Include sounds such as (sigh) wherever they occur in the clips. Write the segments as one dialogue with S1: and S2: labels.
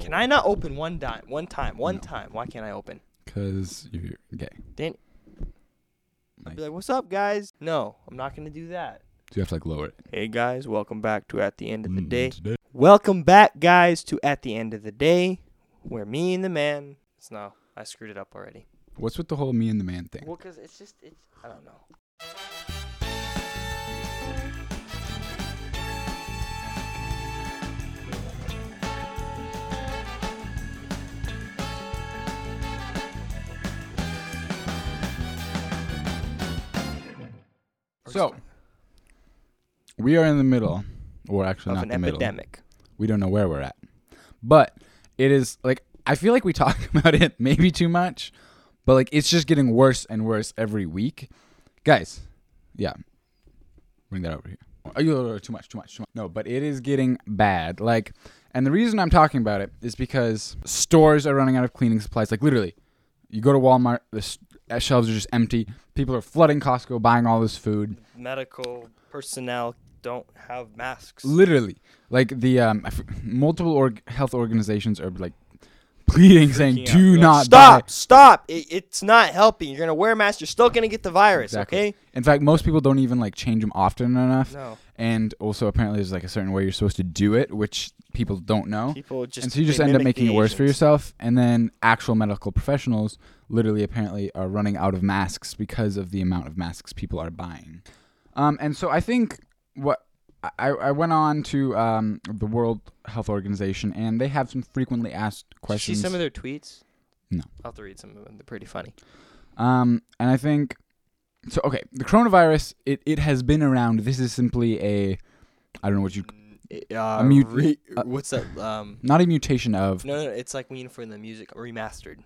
S1: Can I not open one dime? One time. One time. Why can't I open?
S2: Because you're gay.
S1: Dan- I'd
S2: Nice.
S1: be like, "What's up, guys?" No, I'm not gonna do that.
S2: So you have to like lower it.
S1: Hey guys, welcome back to At the End of the
S2: Mm,
S1: Day.
S2: today.
S1: Welcome back, guys, to At the End of the Day, where me and the man. It's no, I screwed it up already.
S2: What's with the whole me and the man thing?
S1: Well, cause it's just it's I don't know.
S2: So we are in the middle, or actually
S1: of
S2: not
S1: an
S2: the middle.
S1: epidemic.
S2: We don't know where we're at, but it is like I feel like we talk (laughs) about it maybe too much, but like it's just getting worse and worse every week, guys. Yeah, bring that over here. Oh, you too much, too much, too much. No, but it is getting bad. Like, and the reason I'm talking about it is because stores are running out of cleaning supplies. Like literally, you go to Walmart, the s- shelves are just empty. People are flooding Costco, buying all this food.
S1: Medical personnel don't have masks.
S2: Literally, like the um, I f- multiple org- health organizations are like pleading, saying,
S1: Freaking out.
S2: "Do
S1: Like,
S2: not
S1: stop,
S2: buy."
S1: stop. It, it's not helping. You're gonna wear a mask. You're still gonna get the virus.
S2: Exactly.
S1: Okay.
S2: In fact, most people don't even like change them often enough.
S1: No,
S2: And also, apparently, there's like a certain way you're supposed to do it, which people don't know.
S1: people just
S2: and so you just
S1: they
S2: end up
S1: mimic
S2: making
S1: the
S2: it worse for
S1: Asians.
S2: yourself. And then actual medical professionals literally apparently are running out of masks because of the amount of masks people are buying. Um, and so I think what I, I went on to um, the World Health Organization and they have some frequently asked
S1: Did you
S2: questions.
S1: see some of their tweets?
S2: No.
S1: I'll have to read some of them. They're pretty funny.
S2: Um, and I think so. Okay, the coronavirus it, it has been around. This is simply a I don't know what you
S1: Uh, a
S2: mut- uh,
S1: what's that? Um,
S2: not a mutation of
S1: no, no, it's like when you for the music remastered.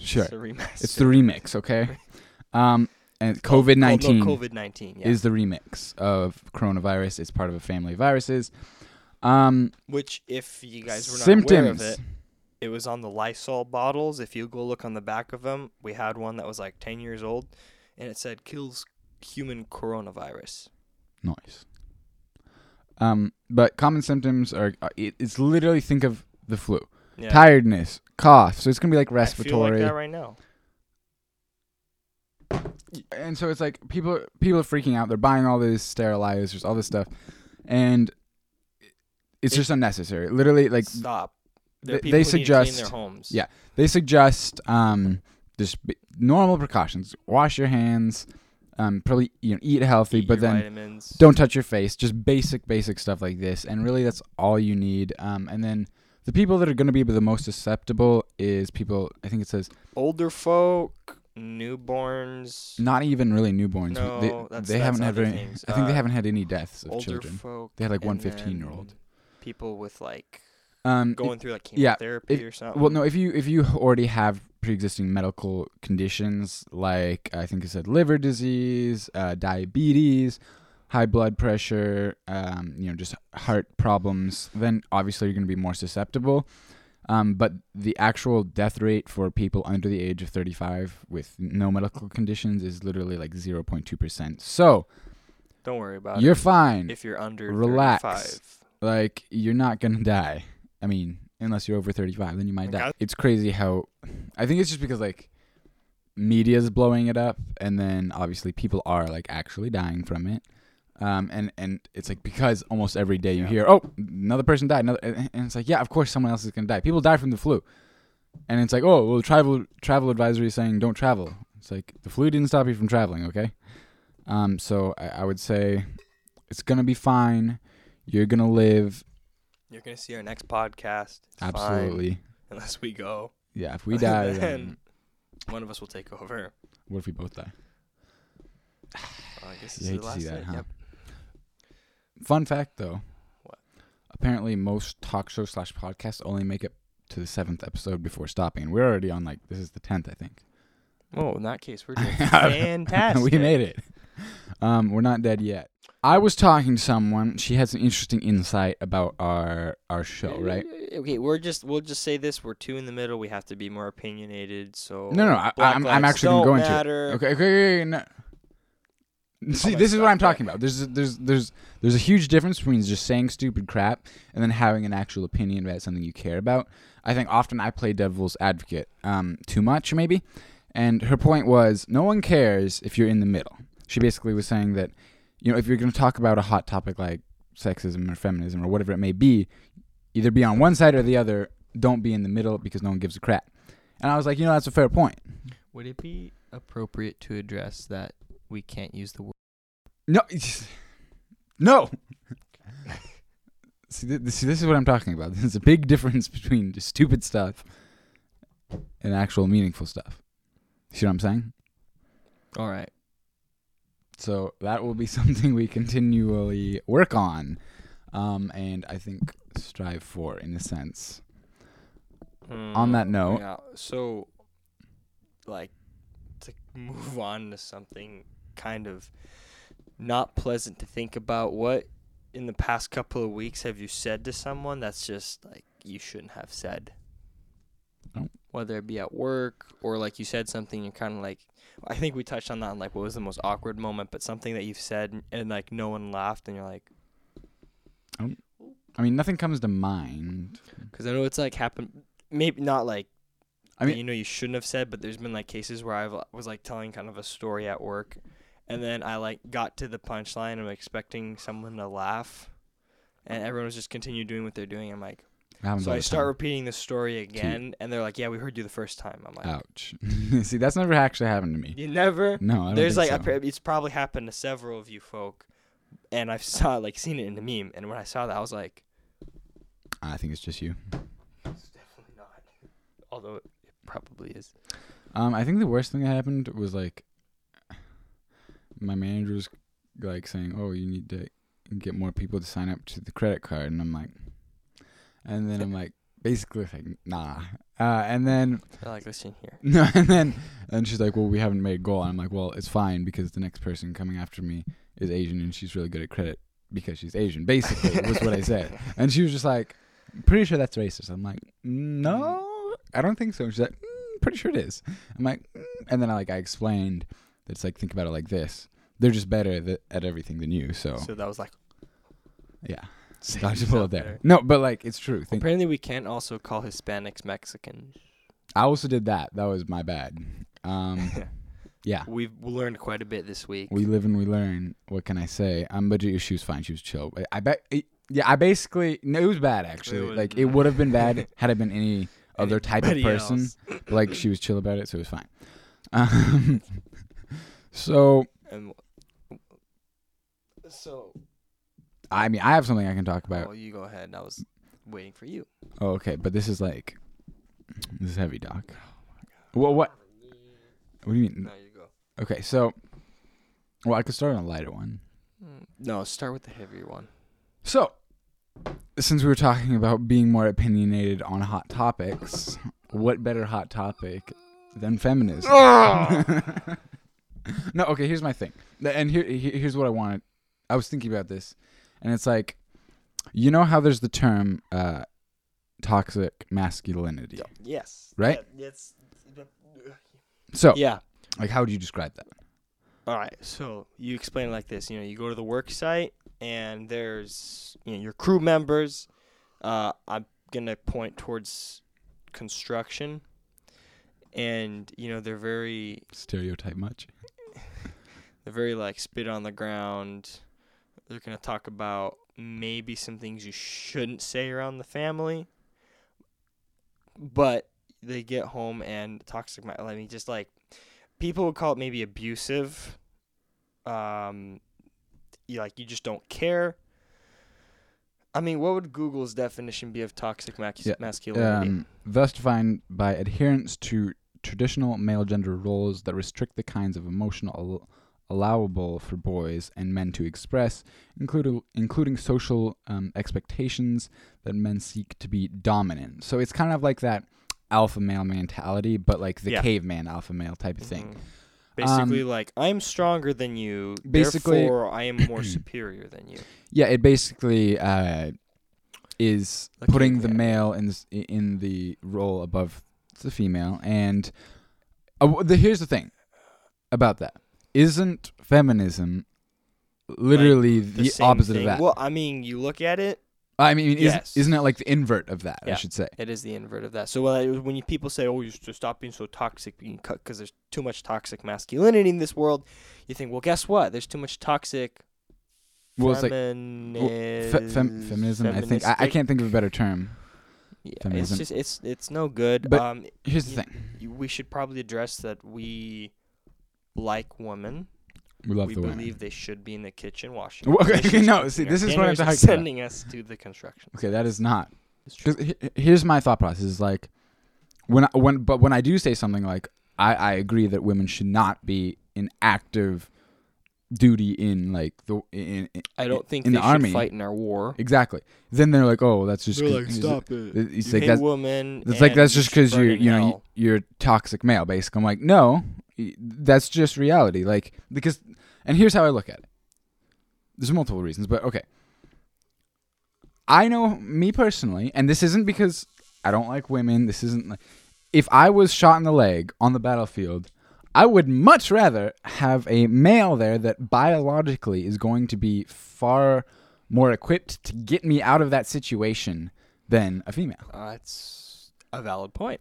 S2: sure
S1: It's a remastered.
S2: it's the remix. Okay,
S1: (laughs)
S2: um, and COVID nineteen
S1: COVID nineteen. Yeah.
S2: is the remix of coronavirus. It's part of a family of viruses. Um,
S1: Which, if you guys were not
S2: symptoms.
S1: aware of it, it was on the Lysol bottles. If you go look on the back of them, we had one that was like ten years old, and it said kills human coronavirus.
S2: Nice. Um, but common symptoms are uh, it, it's literally think of the flu,
S1: Yeah.
S2: tiredness, cough. So it's gonna be like
S1: I feel
S2: respiratory.
S1: like that right now.
S2: and so it's like people people are freaking out. They're buying all these sterilizers, all this stuff, and it's just unnecessary. Literally, like
S1: Stop. There are
S2: they-
S1: people
S2: they
S1: who need to clean
S2: suggest-
S1: their homes.
S2: yeah. they suggest um, just b- normal precautions: wash your hands, um, probably you know eat healthy,
S1: Eat
S2: but
S1: your
S2: then
S1: vitamins.
S2: don't touch your face. Just basic, basic stuff like this, and really that's all you need. Um, and then the people that are going to be the most susceptible is people. I think it says
S1: older folk, newborns,
S2: not even really newborns.
S1: No,
S2: they
S1: that's-
S2: they
S1: that's
S2: haven't had
S1: other
S2: any.
S1: things.
S2: I think
S1: Uh,
S2: they haven't had any deaths of
S1: older
S2: children.
S1: folk.
S2: They had like one
S1: and
S2: 15 year old.
S1: then People with like
S2: Um,
S1: going through like
S2: yeah,
S1: chemotherapy
S2: if-
S1: or something.
S2: Well, no, if you if you already have pre-existing medical conditions like I think it said liver disease, uh, diabetes, high blood pressure, um, you know, just heart problems, then obviously you're going to be more susceptible. Um, but the actual death rate for people under the age of 35 with no medical conditions is literally like 0.2%. So
S1: don't worry about
S2: you're
S1: it.
S2: fine.
S1: If you're under
S2: Relax.
S1: 35.
S2: like you're not gonna die. I mean, unless you're over 35, then you might
S1: Like,
S2: die.
S1: I-
S2: It's crazy how. I think it's just because like media's blowing it up, and then obviously people are like actually dying from it. Um, and and it's like because almost every day you
S1: Yeah.
S2: hear, oh, another person died, another, and and it's like, yeah, of course someone else is gonna die. People die from the flu, and it's like, oh, well, travel travel advisory is saying don't travel. It's like the flu didn't stop you from traveling, okay? Um, so I, I would say it's gonna be fine. You're gonna live
S1: You're gonna see our next podcast. It's fine,
S2: absolutely.
S1: unless we go.
S2: Yeah,
S1: (laughs)
S2: if we die,
S1: then
S2: then
S1: one of us will take over.
S2: what if we both die?
S1: Well, I guess
S2: You
S1: this is
S2: hate
S1: the
S2: to
S1: last
S2: see that,
S1: night.
S2: huh?
S1: Yep.
S2: Fun fact, though.
S1: What?
S2: Apparently, most talk show slash podcasts only make it to the seventh episode before stopping. And We're already on like this is the tenth, I think.
S1: Well, in
S2: (laughs)
S1: that case, we're doing fantastic.
S2: we made it. Um, we're not dead yet. I was talking to someone. She had some interesting insight about our our show, right?
S1: Uh, Okay, we're just we'll just say this: we're two in the middle. We have to be more opinionated. So
S2: No, no, I,
S1: Black
S2: I'm
S1: lives
S2: I'm actually
S1: don't
S2: going to.
S1: matter.
S2: Okay, okay, okay, okay, no. See,
S1: my
S2: this is what
S1: stuff,
S2: I'm talking about. There's there's there's there's a huge difference between just saying stupid crap and then having an actual opinion about something you care about. I think often I play devil's advocate um, too much, maybe. And her point was, no one cares if you're in the middle. She basically was saying that, you know, if you're going to talk about a hot topic like sexism or feminism or whatever it may be, either be on one side or the other. Don't be in the middle because no one gives a crap. And I was like, you know, that's a fair point.
S3: Would it be appropriate to address that we can't use the word?
S2: No, (laughs) no. see, th- see, this is what I'm talking about. (laughs) There's a big difference between just stupid stuff and actual meaningful stuff. See what I'm saying?
S3: All right.
S2: So that will be (laughs) something we continually work on, um, and I think strive for in a sense.
S1: Hmm.
S2: On that note,
S1: Mm, Yeah. So, like, to move on to something kind of not pleasant to think about. What in the past couple of weeks have you said to someone that's just like you shouldn't have said?
S2: Oh.
S1: Whether it be at work or like you said something, you're kind of like, I think we touched on that. in, Like, what was the most awkward moment? But something that you've said and, and like no one laughed, and you're like,
S2: I mean, nothing comes to mind.
S1: because I know it's like happened. Maybe not like
S2: I
S1: I
S2: mean-
S1: mean, you know, you shouldn't have said, but there's been like cases where I was like telling kind of a story at work, and then I like got to the punchline. I'm expecting someone to laugh, and everyone was just continue doing what they're doing. I'm like,
S2: happens
S1: so
S2: all
S1: I
S2: the
S1: start
S2: time.
S1: repeating the story again, and they're like, "Yeah, we heard you the first time." I'm like,
S2: Ouch. (laughs) see, that's never actually happened to me.
S1: "You never."
S2: No, I don't
S1: There's
S2: think
S1: like a,
S2: so.
S1: pr- it's probably happened to several of you folk, and I've saw like seen it in the meme. And when I saw that, I was like,
S2: I think it's just you.
S1: "It's definitely not," although it probably is.
S2: Um, I think the worst thing that happened was like my manager was like saying, "Oh, you need to get more people to sign up to the credit card," and I'm like, and then I'm like, basically like, nah. Uh, and then (laughs)
S1: They're like, "Listen here."
S2: no, and then and she's like, "Well, we haven't made a goal," and I'm like, "Well, it's fine because the next person coming after me is Asian, and she's really good at credit because she's Asian." Basically, was what I said,
S1: (laughs)
S2: and she was just like, "Pretty sure that's racist." I'm like, "Mm, "No, I don't think so." And she's like, mm, "Pretty sure it is." I'm like, mm. and then I like I explained that it's like think about it like this: they're just better th- at everything than you, so
S1: So that was like. (laughs)
S2: yeah,
S1: Say
S2: dodge a
S1: who's
S2: bullet
S1: out
S2: there.
S1: there.
S2: No, but like it's true. Think-
S1: Apparently, we can also call Hispanics Mexicans.
S2: I also did that. That was my bad.
S1: (laughs)
S2: Um, yeah.
S1: We've learned quite a bit this week.
S2: We live and we learn. What can I say? Um, but she she was fine. She was chill. I, I bet. It, yeah, I basically. No, it was bad actually.
S1: was-
S2: like it would have been bad had it been any other type of
S1: Anybody
S2: person.
S1: else.
S2: But, Like she was chill about it, so it was fine. Um, (laughs) so
S1: And w- so,
S2: I mean, I have something I can talk about.
S1: well, you go ahead. I was waiting for you.
S2: Oh, okay, but this is like this is heavy, doc. Well, what? What do you mean?
S1: No, you go.
S2: Okay, so well, I could start on a lighter one.
S1: No, start with the heavier one.
S2: So, since we were talking about being more opinionated on hot topics, what better hot topic than feminism? (laughs) no, okay, here's my thing. Th- And here here- here's what I wanted. I was thinking about this, and it's like you know how there's the term uh toxic masculinity.
S1: Yes.
S2: Right?
S1: Yes.
S2: So,
S1: Yeah.
S2: like how would you describe that?
S1: All right. So you explain it like this. You know, you go to the work site and there's you know your crew members. Uh, I'm gonna point towards construction, and you know they're very
S2: Stereotype much?
S1: they're very like spit on the ground. They're gonna talk about maybe some things you shouldn't say around the family, but they get home and toxic. mi- I mean, just like people would call it maybe abusive. Um, you like you just don't care. I mean, what would Google's definition be of toxic mac-
S2: Yeah,
S1: masculinity?
S2: um, thus defined by adherence to traditional male gender roles that restrict the kinds of emotional al- allowable for boys and men to express, including including social um, expectations that men seek to be dominant. So it's kind of like that alpha male mentality, but like the
S1: Yeah.
S2: caveman alpha male type of thing.
S1: Mhm. Basically, like I'm stronger than you.
S2: Um, basically-
S1: therefore I am
S2: (clears throat)
S1: more superior than you.
S2: Yeah, it basically uh, is
S1: The
S2: putting the
S1: caveman.
S2: male in s- in the role above the female, and uh, w- the, here's the thing about that: isn't feminism literally the,
S1: same
S2: opposite
S1: thing.
S2: of that.
S1: Well, I mean, you look at it,
S2: I mean, is,
S1: yes.
S2: isn't it like the invert of that? I
S1: Yeah.
S2: should say.
S1: it is the invert of that. So when, I, when you, people say, "Oh, you should stop being so toxic," because there's too much toxic masculinity in this world, you think, "Well, guess what? There's too much toxic."
S2: Well, it's like well,
S1: femini-
S2: Fe- fem- feminism. I think I, I
S1: feministic-
S2: can't think of a better term.
S1: Yeah,
S2: feminism.
S1: it's just it's it's no good.
S2: But-
S1: um,
S2: Here's the
S1: Yeah.
S2: thing:
S1: you- we should probably address that we like women.
S2: we love
S1: we
S2: the
S1: believe
S2: women.
S1: they should be in the kitchen washing.
S2: (laughs) Well,
S1: the
S2: okay,
S1: dishes,
S2: no,
S1: cooking
S2: see,
S1: our
S2: this is what I'm
S1: dinners, and
S2: talking about.
S1: Sending us to the construction.
S2: Okay, that is not.
S1: It's true.
S2: 'cause he- here's my thought process: is like when I, when but when I do say something like I I agree that women should not be in active duty in like the in, in
S1: I don't think
S2: in
S1: they
S2: the
S1: should
S2: army-
S1: fight in our war.
S2: exactly. Then they're like, oh, that's just 'cause-
S1: it.
S2: It's
S1: You
S2: like
S1: hate
S2: that's
S1: women.
S2: It's like
S1: and
S2: that's
S1: you
S2: just
S1: should
S2: because
S1: burn
S2: you
S1: in
S2: you know
S1: hell.
S2: you- you're a toxic male. Basically, I'm like no, y- that's just reality. Like because and here's how I look at it. There's multiple reasons, but okay. I know me personally, and this isn't because I don't like women. This isn't like if I was shot in the leg on the battlefield, I would much rather have a male there that biologically is going to be far more equipped to get me out of that situation than a female.
S1: Uh, it's a valid point.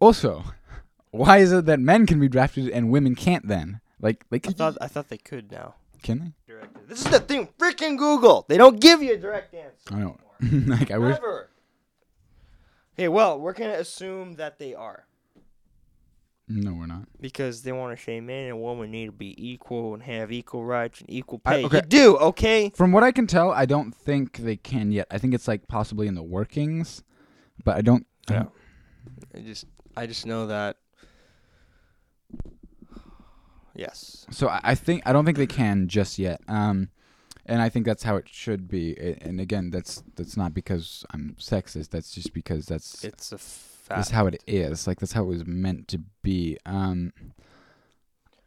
S2: Also, (laughs) why is it that men can be drafted and women can't then? Like, like
S1: I thought I thought they could now.
S2: can
S1: Directed. This is the thing. Freaking Google. They don't give you a direct answer.
S2: they? I don't. (laughs) like I wish.
S1: Never. Hey, well, we're gonna assume that they are
S2: No, we're not.
S1: because they want to say man and woman need to be equal and have equal rights and equal
S2: I-
S1: pay.
S2: okay.
S1: You do, okay?
S2: From what I can tell, I don't think they can yet. I think it's like possibly in the workings, but I don't. I
S1: Yeah.
S2: don't-
S1: I just I just know that. Yes.
S2: So I, I think I don't think they can just yet. Um, and I think that's how it should be. A- And again, that's that's not because I'm sexist. That's just because that's
S1: It's a
S2: that's
S1: fact.
S2: how it is. Like that's how it was meant to be. Um,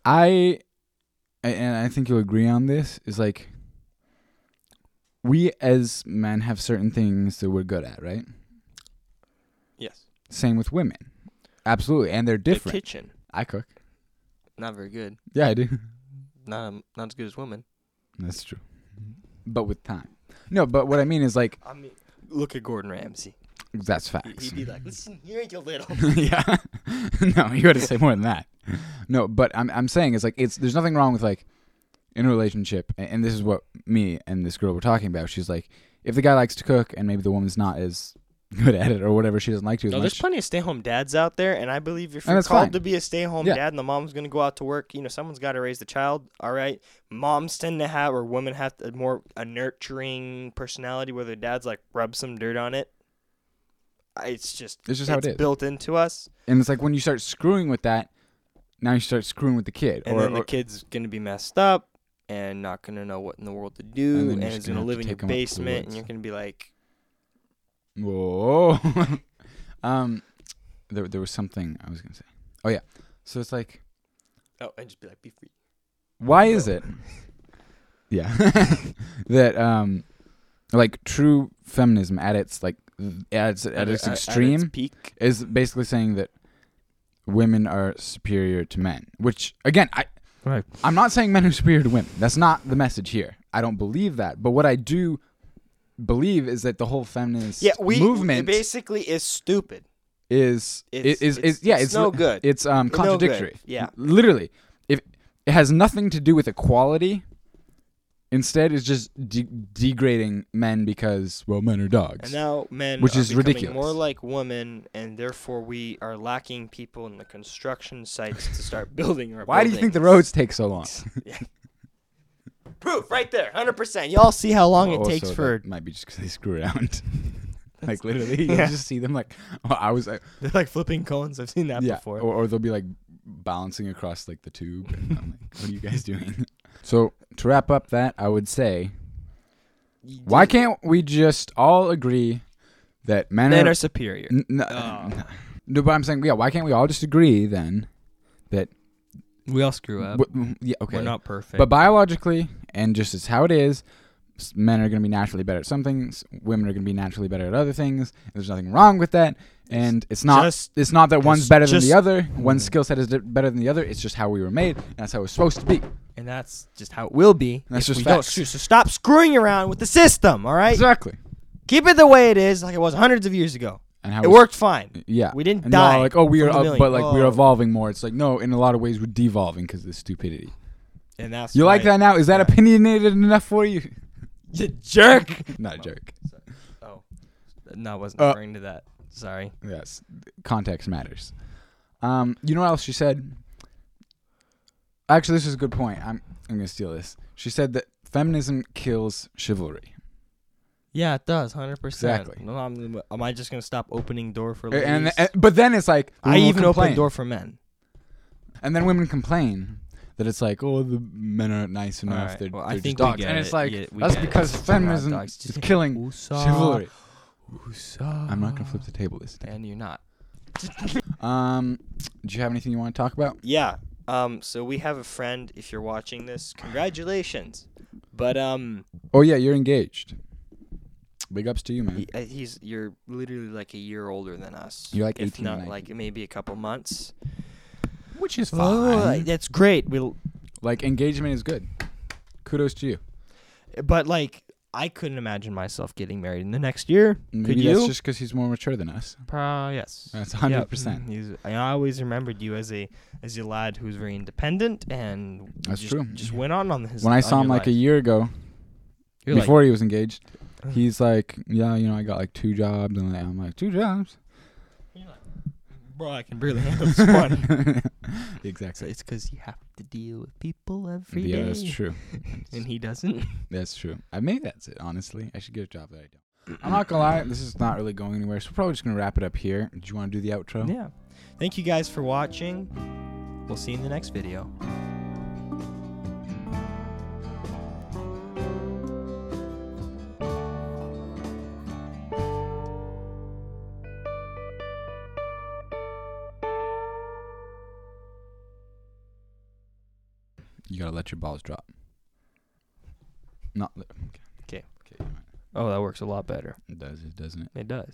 S2: I and I think you'll agree on this is like we as men have certain things that we're good at, right?
S1: yes.
S2: Same with women, absolutely, and they're
S1: The
S2: different.
S1: kitchen.
S2: I cook,
S1: Not very good.
S2: yeah, I do. (laughs)
S1: Not um, not as good as women.
S2: That's true, but with time. No, but what I mean is like
S1: I mean, look at Gordon Ramsay.
S2: that's
S1: He-
S2: facts.
S1: He'd be like, "Listen, you ain't
S2: (laughs)
S1: your little."
S2: yeah. no, you had to say more than that. No, but I'm I'm saying it's like it's there's nothing wrong with like in a relationship, a- and this is what me and this girl were talking about. She's like, if the guy likes to cook and maybe the woman's not as good at it or whatever, she doesn't like to as
S1: No, there's
S2: much.
S1: plenty of stay-home dads out there, and I believe if
S2: And
S1: you're
S2: that's
S1: called
S2: fine.
S1: to be a stay-home
S2: Yeah.
S1: dad, and the mom's gonna go out to work, you know, someone's got to raise the child. All right, moms tend to have, or women have a more a nurturing personality, where their dads like rub some dirt on it. I- It's just
S2: It's just how it is.
S1: built into us,
S2: and it's like when you start screwing with that, now you start screwing with the kid.
S1: and
S2: or,
S1: then the
S2: or-
S1: kid's gonna be messed up and not gonna know what in the world to do,
S2: then
S1: and,
S2: you're just
S1: it's
S2: gonna
S1: gonna,
S2: have to
S1: live in your
S2: take 'em up to the
S1: basement,
S2: woods.
S1: and you're gonna be like,
S2: Whoa. (laughs) um, there there was something I was gonna say. Oh yeah, so it's like
S1: oh, and just be like, be free.
S2: why is
S1: (laughs) Bro.
S2: it yeah (laughs) that um like true feminism at its like at its, at its extreme
S1: peak.
S2: is basically saying that women are superior to men which again i
S3: Right.
S2: i'm not saying men are superior to women that's not the message here i don't believe that but what i do believe is that the whole feminist
S1: Yeah, we
S2: movement
S1: movement basically is stupid.
S2: is
S1: It's-
S2: is, is,
S1: it's-
S2: yeah
S1: it's
S2: it's,
S1: no
S2: li-
S1: good.
S2: it's um
S1: It's no good.
S2: contradictory
S1: Yeah.
S2: literally if it has nothing to do with equality instead it's just de- degrading men because well men are dogs
S1: And now men
S2: Which
S1: are
S2: is
S1: becoming
S2: ridiculous.
S1: more like women, and therefore we are lacking people in the construction sites to
S2: (laughs)
S1: start building our.
S2: why do you think the
S1: buildings.
S2: roads take so long
S1: Proof right there, hundred percent. Y'all see how long it
S2: Also,
S1: takes for.
S2: that might be just because they screw around (laughs) like
S1: (laughs)
S2: literally you
S1: Yeah.
S2: just see them like oh, i was like
S1: (laughs) They're like flipping cones. I've seen that
S2: yeah
S1: before.
S2: or, or they'll be like balancing across like the tube and i'm like what are you guys doing (laughs) so to wrap up that i would say
S1: You
S2: why
S1: do-
S2: can't we just all agree that men,
S1: men
S2: are
S1: are superior?
S2: N- No,
S1: Oh.
S2: no. no, but I'm saying, yeah. Why can't we all just agree then?
S3: We all screw
S1: Uh,
S3: up.
S2: Wh- yeah, okay.
S3: We're not perfect.
S2: but biologically, and just as how it is, s- men are going to be naturally better at some things. Women are going to be naturally better at other things. and there's nothing wrong with that. And it's not.
S1: just-
S2: it's not that one's
S1: it's
S2: better than
S1: just- Mm.
S2: the other. One skill set is di- better than the other. It's just how we were made. And that's how it's supposed to be.
S1: and that's just how it will be.
S2: That's
S1: if
S2: just
S1: we
S2: facts.
S1: Don't choose. So stop screwing around with the system. All right,
S2: Exactly.
S1: keep it the way it is, like it was hundreds of years ago.
S2: And how
S1: It
S2: we-
S1: worked fine.
S2: Yeah.
S1: We didn't
S2: and y'all are
S1: die
S2: like, oh, we are
S1: from a
S2: up,
S1: million.
S2: but like we're
S1: Oh.
S2: evolving more. It's like, no, in a lot of ways, we're devolving because of this stupidity.
S1: And that's
S2: You like
S1: right.
S2: that now? Is that
S1: Yeah.
S2: opinionated enough for you?
S1: You jerk.
S2: (laughs) Not a joke.
S1: Oh, no, I wasn't
S2: Uh,
S1: referring to that. Sorry.
S2: Yes. Context matters. Um, you know what else she said? Actually, this is a good point. I'm I'm gonna steal this. She said that feminism kills chivalry,
S1: Yeah, it does, hundred percent.
S2: Exactly.
S1: No, I'm, am I just gonna stop opening door for
S2: A-
S1: ladies?
S2: and, and- but then it's like
S1: I
S2: women will
S1: even
S2: complain.
S1: open door for men.
S2: and then women complain that it's like, oh, the men aren't nice
S1: All
S2: enough.
S1: right,
S2: They're,
S1: well, I
S2: they're
S1: think
S2: just
S1: we
S2: dogs,
S1: get
S2: and
S1: it.
S2: it's like
S1: Yeah, we
S2: that's
S1: get it.
S2: because
S1: Just around
S2: feminism
S1: dogs.
S2: is
S1: Just-
S2: killing
S1: Usa,
S2: chivalry.
S1: Usa.
S2: I'm not gonna flip the table this time.
S1: And you're not.
S2: Um, do you have anything you want to talk about?
S1: Yeah. Um. So we have a friend. If you're watching this, congratulations. But um,
S2: Oh yeah, you're engaged. Big ups to you, man.
S1: he, uh, he's you're literally like a year older than us.
S2: You're like
S1: if
S2: 18 or
S1: not
S2: 19.
S1: like maybe a couple months.
S2: Which is
S1: Oh, that's great. We'll
S2: Like engagement is good. Kudos to you.
S1: But like, I couldn't imagine myself getting married in the next year.
S2: Maybe
S1: Could
S2: that's
S1: you?
S2: just because he's more mature than us.
S1: Pro- yes.
S2: That's
S1: Yep.
S2: 100%.
S1: He's- I always remembered you as a as a lad who was very independent and
S2: That's
S1: just,
S2: true.
S1: Just went on on his.
S2: When I saw him like a year ago,
S1: year
S2: before he was engaged,
S1: Uh.
S2: he's like, yeah, you know, I got like two jobs, and I'm like, two jobs.
S1: bro, I can barely handle
S2: (laughs)
S1: this one. So
S2: exactly.
S1: it's because you have to deal with people every day,
S2: Yeah, that's true.
S1: and he doesn't.
S2: That's true. I maybe that's it. Honestly, I should get a job that I don't. I'm not gonna lie. This is not really going anywhere. So we're probably just gonna wrap it up here. Do you want to do the outro?
S1: (laughs) Yeah. Thank you guys for watching. We'll see you in the next video.
S2: You gotta let your balls drop. Not.
S1: Okay.
S2: Okay. you're right.
S1: Oh, that works a lot better.
S2: It does it, doesn't it?
S1: It does.